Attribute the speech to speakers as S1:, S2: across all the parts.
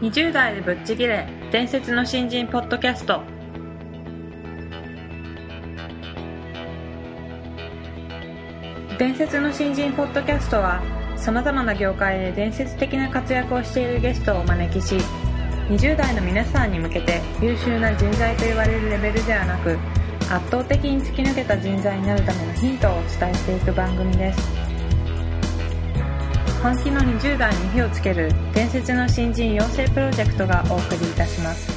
S1: 20代でぶっちぎれ伝説の新人ポッドキャスト伝説の新人ポッドキャストはさまざまな業界で伝説的な活躍をしているゲストをお招きし20代の皆さんに向けて優秀な人材と言われるレベルではなく圧倒的に突き抜けた人材になるためのヒントをお伝えしていく番組です本気の20代に火をつける伝説の新人養成プロジェクトがお送りいたします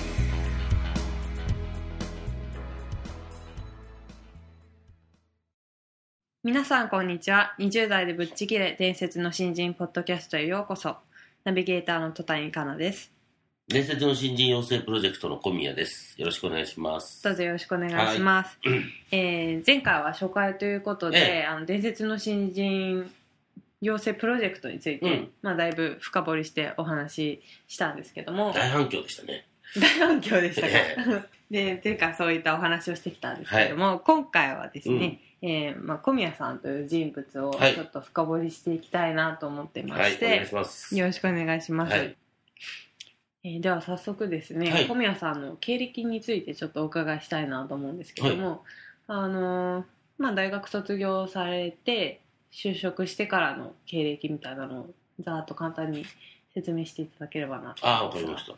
S1: 皆さんこんにちは20代でぶっちぎれ伝説の新人ポッドキャストへようこそナビゲーターの戸谷香奈です
S2: 伝説の新人養成プロジェクトの小宮です。よろしくお願いします。
S1: どうぞよろしくお願いします、えー前回は初回ということで、
S2: え
S1: あの伝説の新人養成プロジェクトについて、
S2: うん
S1: まあ、だいぶ深掘りしてお話ししたんですけども
S2: 大反響でしたね。
S1: 大反響でしたか
S2: え
S1: で前回そういったお話をしてきたんですけども、今回はですね、えーまあ、小宮さんという人物を
S2: はい
S1: ちょっと深掘りしていきたいなと思ってま
S2: はい、
S1: して、
S2: お願いします。
S1: よろしくお願いします、
S2: はい
S1: えーでは早速ですね、
S2: はい
S1: 小宮さんの経歴についてちょっとお伺いしたいなと思うんですけども、あのーまあ、大学卒業されて就職してからの経歴みたいなのをざーっと簡単に説明していただければなと
S2: ああ、わかりました。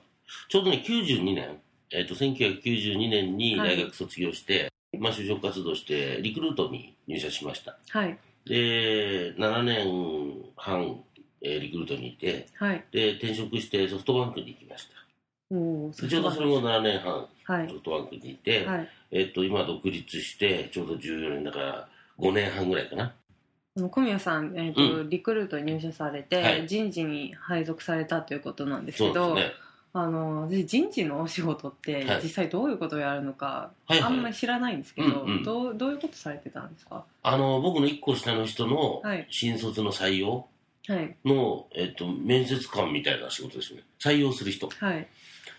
S2: ちょうどね、92年、えっ、と、1992年に
S1: はい
S2: 大学卒業して、まあ、就職活動して、リクルートに入社しました。
S1: はい
S2: で、7年半、えーリクルートにいて、
S1: はい
S2: で、転職してソフトバンクに行きまし
S1: おお
S2: た。ちょうどそれも7年半、
S1: はい
S2: ソフトバンクにいて、
S1: はい
S2: えっ、と、今独立して、ちょうど14年だから、5年半ぐらいかな。
S1: あの小宮さん、えーと
S2: う
S1: リクルートに入社されて、
S2: はい
S1: 人事に配属されたということなんです
S2: そ
S1: け
S2: うで
S1: ど
S2: すね。
S1: あの私人事のお仕事って
S2: はい
S1: 実際どういうことをやるのか、
S2: はいはい
S1: あんまり知らないんですけど、
S2: うんうん
S1: どうどういうことされてたんですか
S2: あの僕の1個下の人の
S1: はい
S2: 新卒の採用
S1: はい
S2: の、えっと、面接官みたいな仕事ですね採用する人
S1: はい、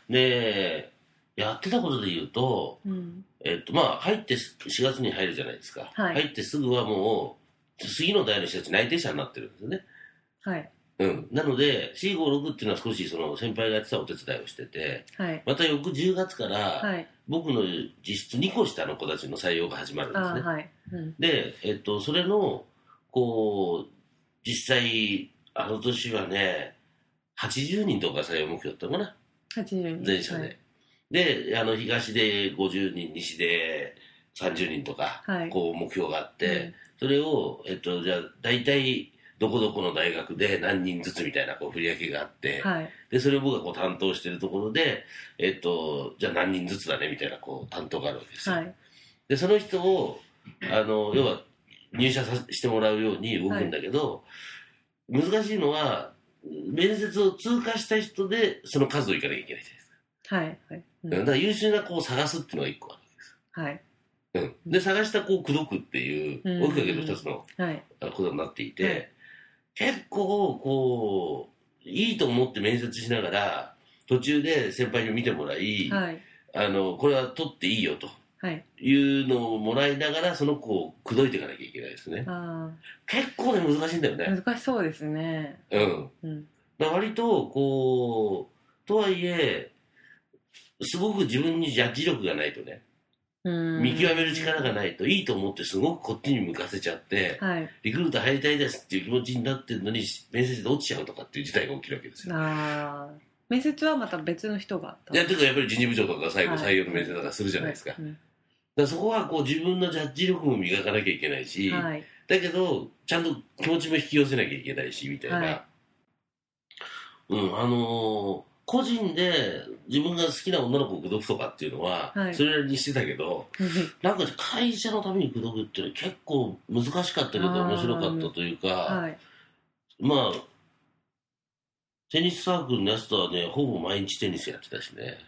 S2: でやってたことで言うと,、
S1: うん、
S2: えっとまあ、入ってす4月に入るじゃないですか、
S1: はい
S2: 入ってすぐはもう次の代の人たち内定者になってるんですよね、
S1: はい
S2: うん、なので C56 っていうのは少しその先輩がやってたお手伝いをしてて
S1: はい
S2: また翌10月から、
S1: はい
S2: 僕の実質2個下の子たちの採用が始まるん
S1: あ
S2: ですね
S1: ーはい、うん、
S2: で、えっと、それの、こう、実際、あの年はね、80人とか採用目標だったのかな、
S1: 80人
S2: 全社で。で、あの、東で50人、西で30人とか、
S1: はい
S2: こう、目標があって、それを、えっと、じゃあ、大体、どこどこの大学で何人ずつみたいな、こう、振り分けがあって、
S1: うんはい
S2: で、それを僕がこう、担当してるところで、えっと、じゃあ何人ずつだね、みたいな、こう、担当があるわけですよ。
S1: はい
S2: でその人をあの要は入社さしてもらうように動くんだけど、難しいのは面接を通過した人でその数をいかなきゃいけないじゃないですか、
S1: はいはい、う
S2: だ
S1: ん
S2: から優秀な子を探すっていうのが一個あ
S1: はい
S2: る、うん、で探した子を口説くっていう
S1: うん
S2: 大きく分けると二つの
S1: はい
S2: あのことになってい
S1: はい
S2: て、結構こういいと思って面接しながら途中で先輩に見てもらい、
S1: はい
S2: あのこれは取っていいよと
S1: はい
S2: いうのをもらいながらその子を口説いていかなきゃいけないですね
S1: あ
S2: 結構ね難しいんだよね
S1: ー難しそうですね
S2: うん
S1: うん
S2: だから割とこうとはいえすごく自分にジャッジ力がないとね
S1: うん
S2: 見極める力がないといいと思ってすごくこっちに向かせちゃって
S1: はい
S2: リクルート入りたいですっていう気持ちになってるのに面接で落ちちゃうとかっていう事態が起きるわけですよ
S1: あー面接はまた別の人があった
S2: いやていうかやっぱり人事部長とかが最後
S1: はい
S2: 採用の面接とかするじゃないですか,、
S1: はいうん
S2: だからそこはこう自分のジャッジ力も磨かなきゃいけないし、
S1: はい
S2: だけどちゃんと気持ちも引き寄せなきゃいけないしみたいな、
S1: はい
S2: うんあのー個人で自分が好きな女の子を口説くとかっていうのは、
S1: はい
S2: それなりにしてたけどなんか会社のために口説くっていうのは結構難しかったけど
S1: あー
S2: 面白かったというか、
S1: はい
S2: まあテニスサークルのやつとはねほぼ毎日テニスやってたしね、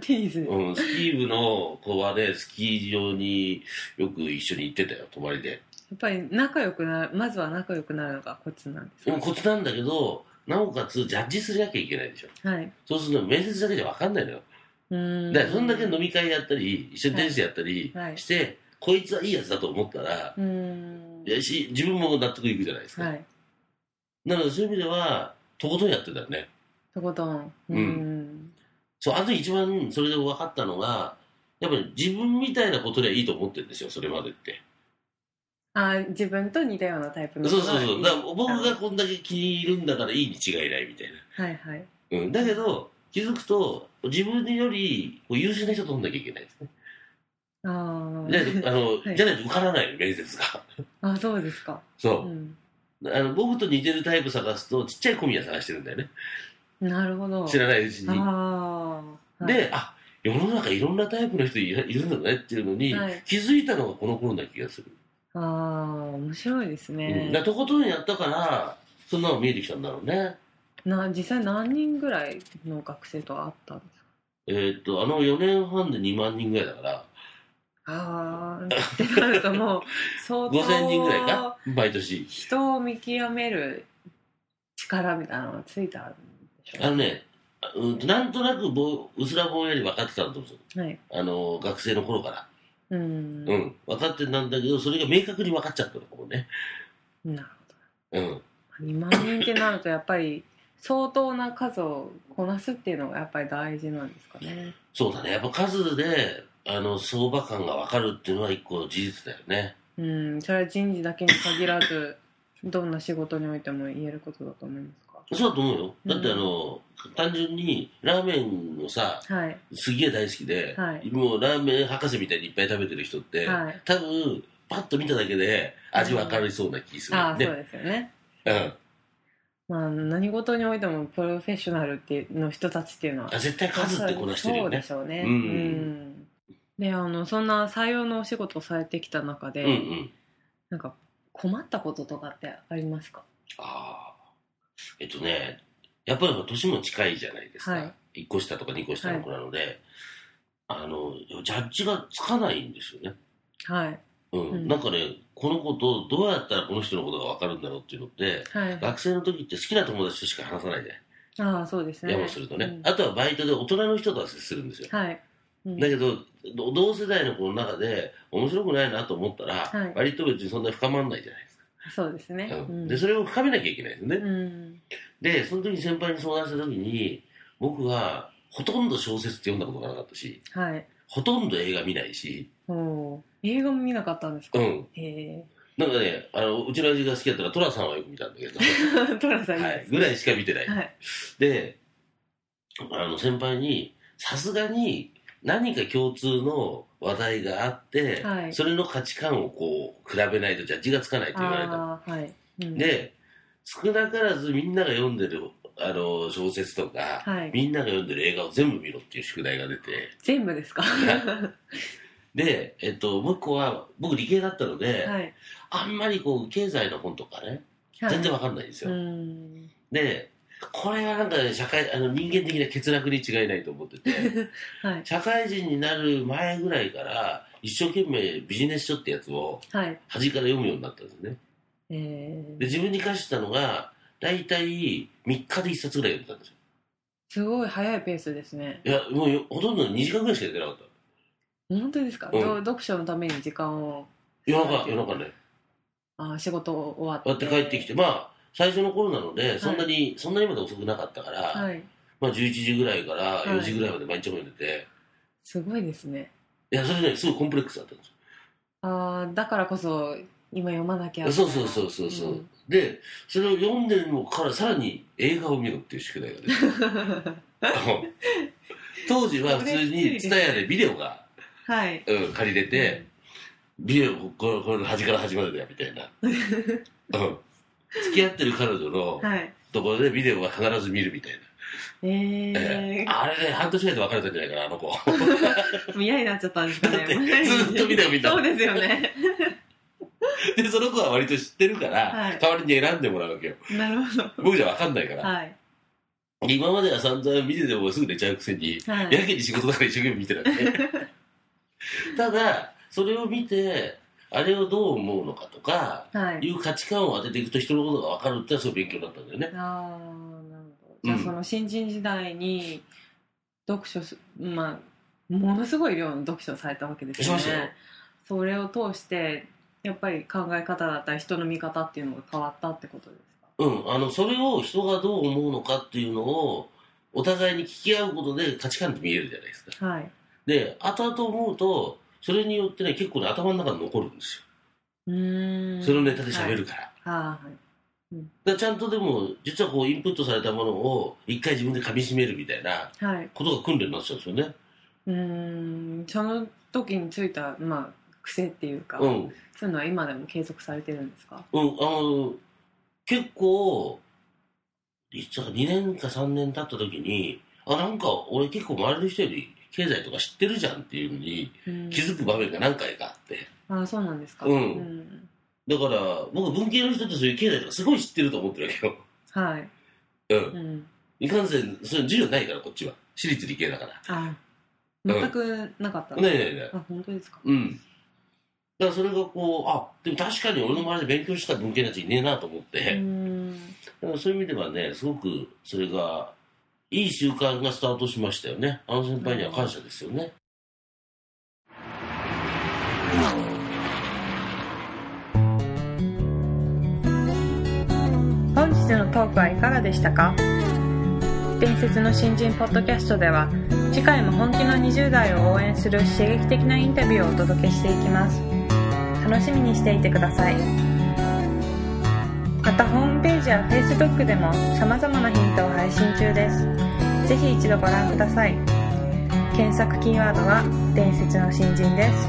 S1: テニスです
S2: うん、スキー部の子はねスキー場によく一緒に行ってたよ泊まりで。
S1: やっぱり仲良くなるまずは仲良くなるのがコツなんです
S2: で
S1: か
S2: もコツなんだけどなおかつジャッジするなきゃいけないでしょ
S1: はい
S2: そうすると面接だけじゃ分かんないのよ
S1: うーん
S2: だからそんだけ飲み会やったり一緒にテニスやったり
S1: はい
S2: して、こいつはいいやつだと思ったら
S1: うーんん
S2: いやし自分も納得いくじゃないですか、
S1: はい
S2: なのでそういう意味ではとことんやってたね
S1: とことん
S2: うん
S1: うん
S2: そうあと一番それで分かったのがやっぱり自分みたいなことではいいと思ってるんですよそれまでって
S1: あー自分と似たようなタイプの
S2: そ
S1: 人
S2: う
S1: が
S2: そう
S1: いい
S2: そうだから僕がこんだけ気に入るんだからいいに違いないみたい
S1: はいはい
S2: な、うん、だけど気づくと自分よりこう優秀な人とんなきゃいけないですね
S1: あー
S2: じゃないとあの、
S1: はい
S2: じゃないと受からない面接が
S1: あそうですか
S2: そう
S1: う、ん
S2: あの僕と似てるタイプ探すとちっちゃい小宮探してるんだよね
S1: なるほど
S2: 知らないうちに、
S1: ああ
S2: であ世の中いろんなタイプの人いるいるんだねっていうのに、
S1: はい
S2: 気づいたのがこの頃な気がする、
S1: ああ面白いです
S2: う
S1: ね
S2: ん、だからとことんやったからそんなの見えてきたんだろうね
S1: な実際何人ぐらいの学生と会ったんですか
S2: えーっとあの4年半で2万人ぐらいだから
S1: ああってなるともう相当
S2: 5000人ぐらいか毎年
S1: 人を見極める力みたいなのがついたんでしょ
S2: あのねあうんとなんとなくぼうすらぼんやり分かってたんだと思うんですよ
S1: うはい
S2: あの学生の頃から
S1: うん
S2: うん、分かってたんだけどそれが明確に分かっちゃったのかもね
S1: なる
S2: うん
S1: ほど2万人ってなるとやっぱり相当な数をこなすっていうのがやっぱり大事なんですかね
S2: そうだねやっぱ数であの相場感が分かるっていうのは一個事実だよね
S1: うんそれは人事だけに限らずどんな仕事においても言えることだと思いま
S2: そうだと思うよだって
S1: うん
S2: あの、単純にラーメンをさ
S1: すかはい
S2: すげえ大好きで、
S1: はい
S2: もうラーメン博士みたいにいっぱい食べてる人って、
S1: はい
S2: 多分パッと見ただけで味分かりそうな気する
S1: ああそう
S2: ね、
S1: ですよね
S2: うん、
S1: まあ、何事においてもプロフェッショナルっていうの人たちっていうのは
S2: あ絶対数ってこなしてるよね
S1: そうでしょうね
S2: うん
S1: うんであのそんな採用のお仕事をされてきた中で、
S2: うんうん
S1: なんか困ったこととかってありますか
S2: ああえっとねやっぱり年も近いじゃないですか、
S1: はい
S2: 1個下とか2個下の子なので、あのジャッジがつかないんですよね
S1: はい
S2: うん、
S1: うん
S2: なんかねこの子とどうやったらこの人のことが分かるんだろうっていうのって
S1: はい
S2: 学生の時って好きな友達としか話さないじゃ
S1: ああそうです
S2: ない、
S1: ね
S2: やもするとね、
S1: うん
S2: あとはバイトで大人の人とは接するんですよ、
S1: はい、うん
S2: だけどど同世代の子の中で面白くないなと思ったら、
S1: はい
S2: 割と別にそんな深まらないじゃないですか、
S1: そうですね、
S2: うん
S1: うん
S2: でそれを深めなきゃいけないですよね、
S1: うん
S2: でその時に先輩に相談した時に僕はほとんど小説って読んだことがなかったし
S1: はい
S2: ほとんど映画見ないし
S1: おお映画も見なかったんですか、
S2: うん
S1: へ
S2: なんかねあのうちの味が好きだったら寅さんはよく見たんだけ ど、
S1: えトラさんいい
S2: は
S1: で
S2: い、
S1: す
S2: ぐらいしか見てない、
S1: はい、
S2: であの先輩にさすがに何か共通の話題があって、
S1: はい
S2: それの価値観をこう比べないとジャッジがつかないと言われた
S1: ああはい、うん、
S2: で少なからずみんなが読んでるあの小説とか、
S1: はい
S2: みんなが読んでる映画を全部見ろっていう宿題が出て
S1: 全部ですかは
S2: で、えっと、もう一個は僕理系だったので、
S1: い、 はい、
S2: あんまりこう経済の本とかね全然わかんないんですよ、
S1: うん
S2: でこれはなんかね、社会あの人間的な欠落に違いないと思っ てて
S1: はい
S2: 社会人になる前ぐらいから一生懸命ビジネス書ってやつを
S1: はい
S2: 端から読むようになったんですね
S1: え
S2: で
S1: ー、
S2: 自分に課してたのが大体3日で1冊ぐらい読んでたんですよ
S1: すごい早いペースですね
S2: いや、もうよほとんど2時間ぐらいしかやってなかっ
S1: 本当ですか、
S2: うん
S1: ど読書のために時間を
S2: た。夜中、夜中ね。
S1: あー仕事終わって
S2: やって帰ってきて、まあ、最初の頃なので、そんなに、そんなにまで遅くなかったから、
S1: はい
S2: まあ11時ぐらいから
S1: い
S2: 4時ぐらいまで毎日も読んでて、い、
S1: すごいですね
S2: や、それね、すごいコンプレックスだったんですよ。
S1: あーだからこそ今読まなきゃ
S2: そうそうそうそうそう、
S1: うん
S2: で、それを読んでるのからさらに映画を見ろっていう宿題が 出てあの当時は普通に、ツタヤでビデオが、
S1: はい
S2: うん、借りれて、ビデオこれこれの端から端までだよみた いな、うん、付き合ってる彼女の
S1: はい
S2: ところでビデオは必ず見るみたいな、
S1: えー、
S2: あれね半年ぐらいで別れたんじゃないかなあの子
S1: もう嫌になっちゃったんですかね
S2: だってずっとビデオ見た
S1: そうですよね
S2: でその子は割と知ってるから、
S1: はい
S2: 代わりに選んでもらうわけよ
S1: なるほど
S2: 僕じゃ分かんないから、
S1: はい
S2: 今までは散々見ててもすぐ寝ちゃうくせに、
S1: はい
S2: やけに仕事だから一生懸命見てたね ただそれを見てあれをどう思うのかとか
S1: はい
S2: いう価値観を当てていくと人のことが分かるってのはすごい勉強だったんだよね
S1: ああなるほどじゃあ
S2: うん
S1: その新人時代に読書すまあものすごい量の読書をされたわけですよ
S2: しましたよ
S1: ねそれを通してやっぱり考え方だったり人の見方っていうのが変わったってことですか
S2: うん、あのそれを人がどう思うのかっていうのをお互いに聞き合うことで価値観って見えるじゃないですか
S1: はい。
S2: で後々思うとそれによってね結構ね頭の中に残るんです
S1: うーん。
S2: よそのネタで喋るから,、
S1: はい。はい。
S2: だからちゃんとでも実はこうインプットされたものを一回自分で噛み締めるみたいな
S1: はい。
S2: ことが訓練になっちゃうんですよね
S1: うーん。その時についた、まあ、癖っていうか、
S2: うん
S1: そういうのは今でも継続されてるんですか
S2: うん、あの、結構、実は2年か3年経った時に、あ、なんか俺結構周りの人より経済とか知ってるじゃんっていうのに
S1: うん
S2: 気づく場面が何回かあって。
S1: ああ、そうなんですか。
S2: うん
S1: ん
S2: だから、僕文系の人ってそういう経済とかすごい知ってると思ってるわ
S1: はい。
S2: けよ。うん。
S1: うん。
S2: いかんせん、そういう授業ないからこっちは。私立理系だから。
S1: あ全くなかった、
S2: ねえねえねえ。
S1: あ、本当ですか。
S2: うん。だからそれがこう、あ、でも確かに俺の周りで勉強してた文系のやついねえなと思って。
S1: うーん。
S2: だからそういう意味ではね、すごくそれが、いい習慣がスタートしましたよね。あの先輩には感謝ですよね。
S1: 本日のトークはいかがでしたか伝説の新人ポッドキャストでは次回も本気の20代を応援する刺激的なインタビューをお届けしていきます楽しみにしていてくださいまたホームページや Facebook でも様々なヒントを配信中ですぜひ一度ご覧ください検索キーワードは伝説の新人です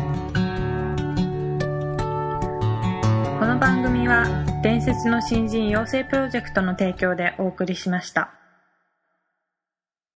S1: この番組は伝説の新人養成プロジェクトの提供でお送りしました。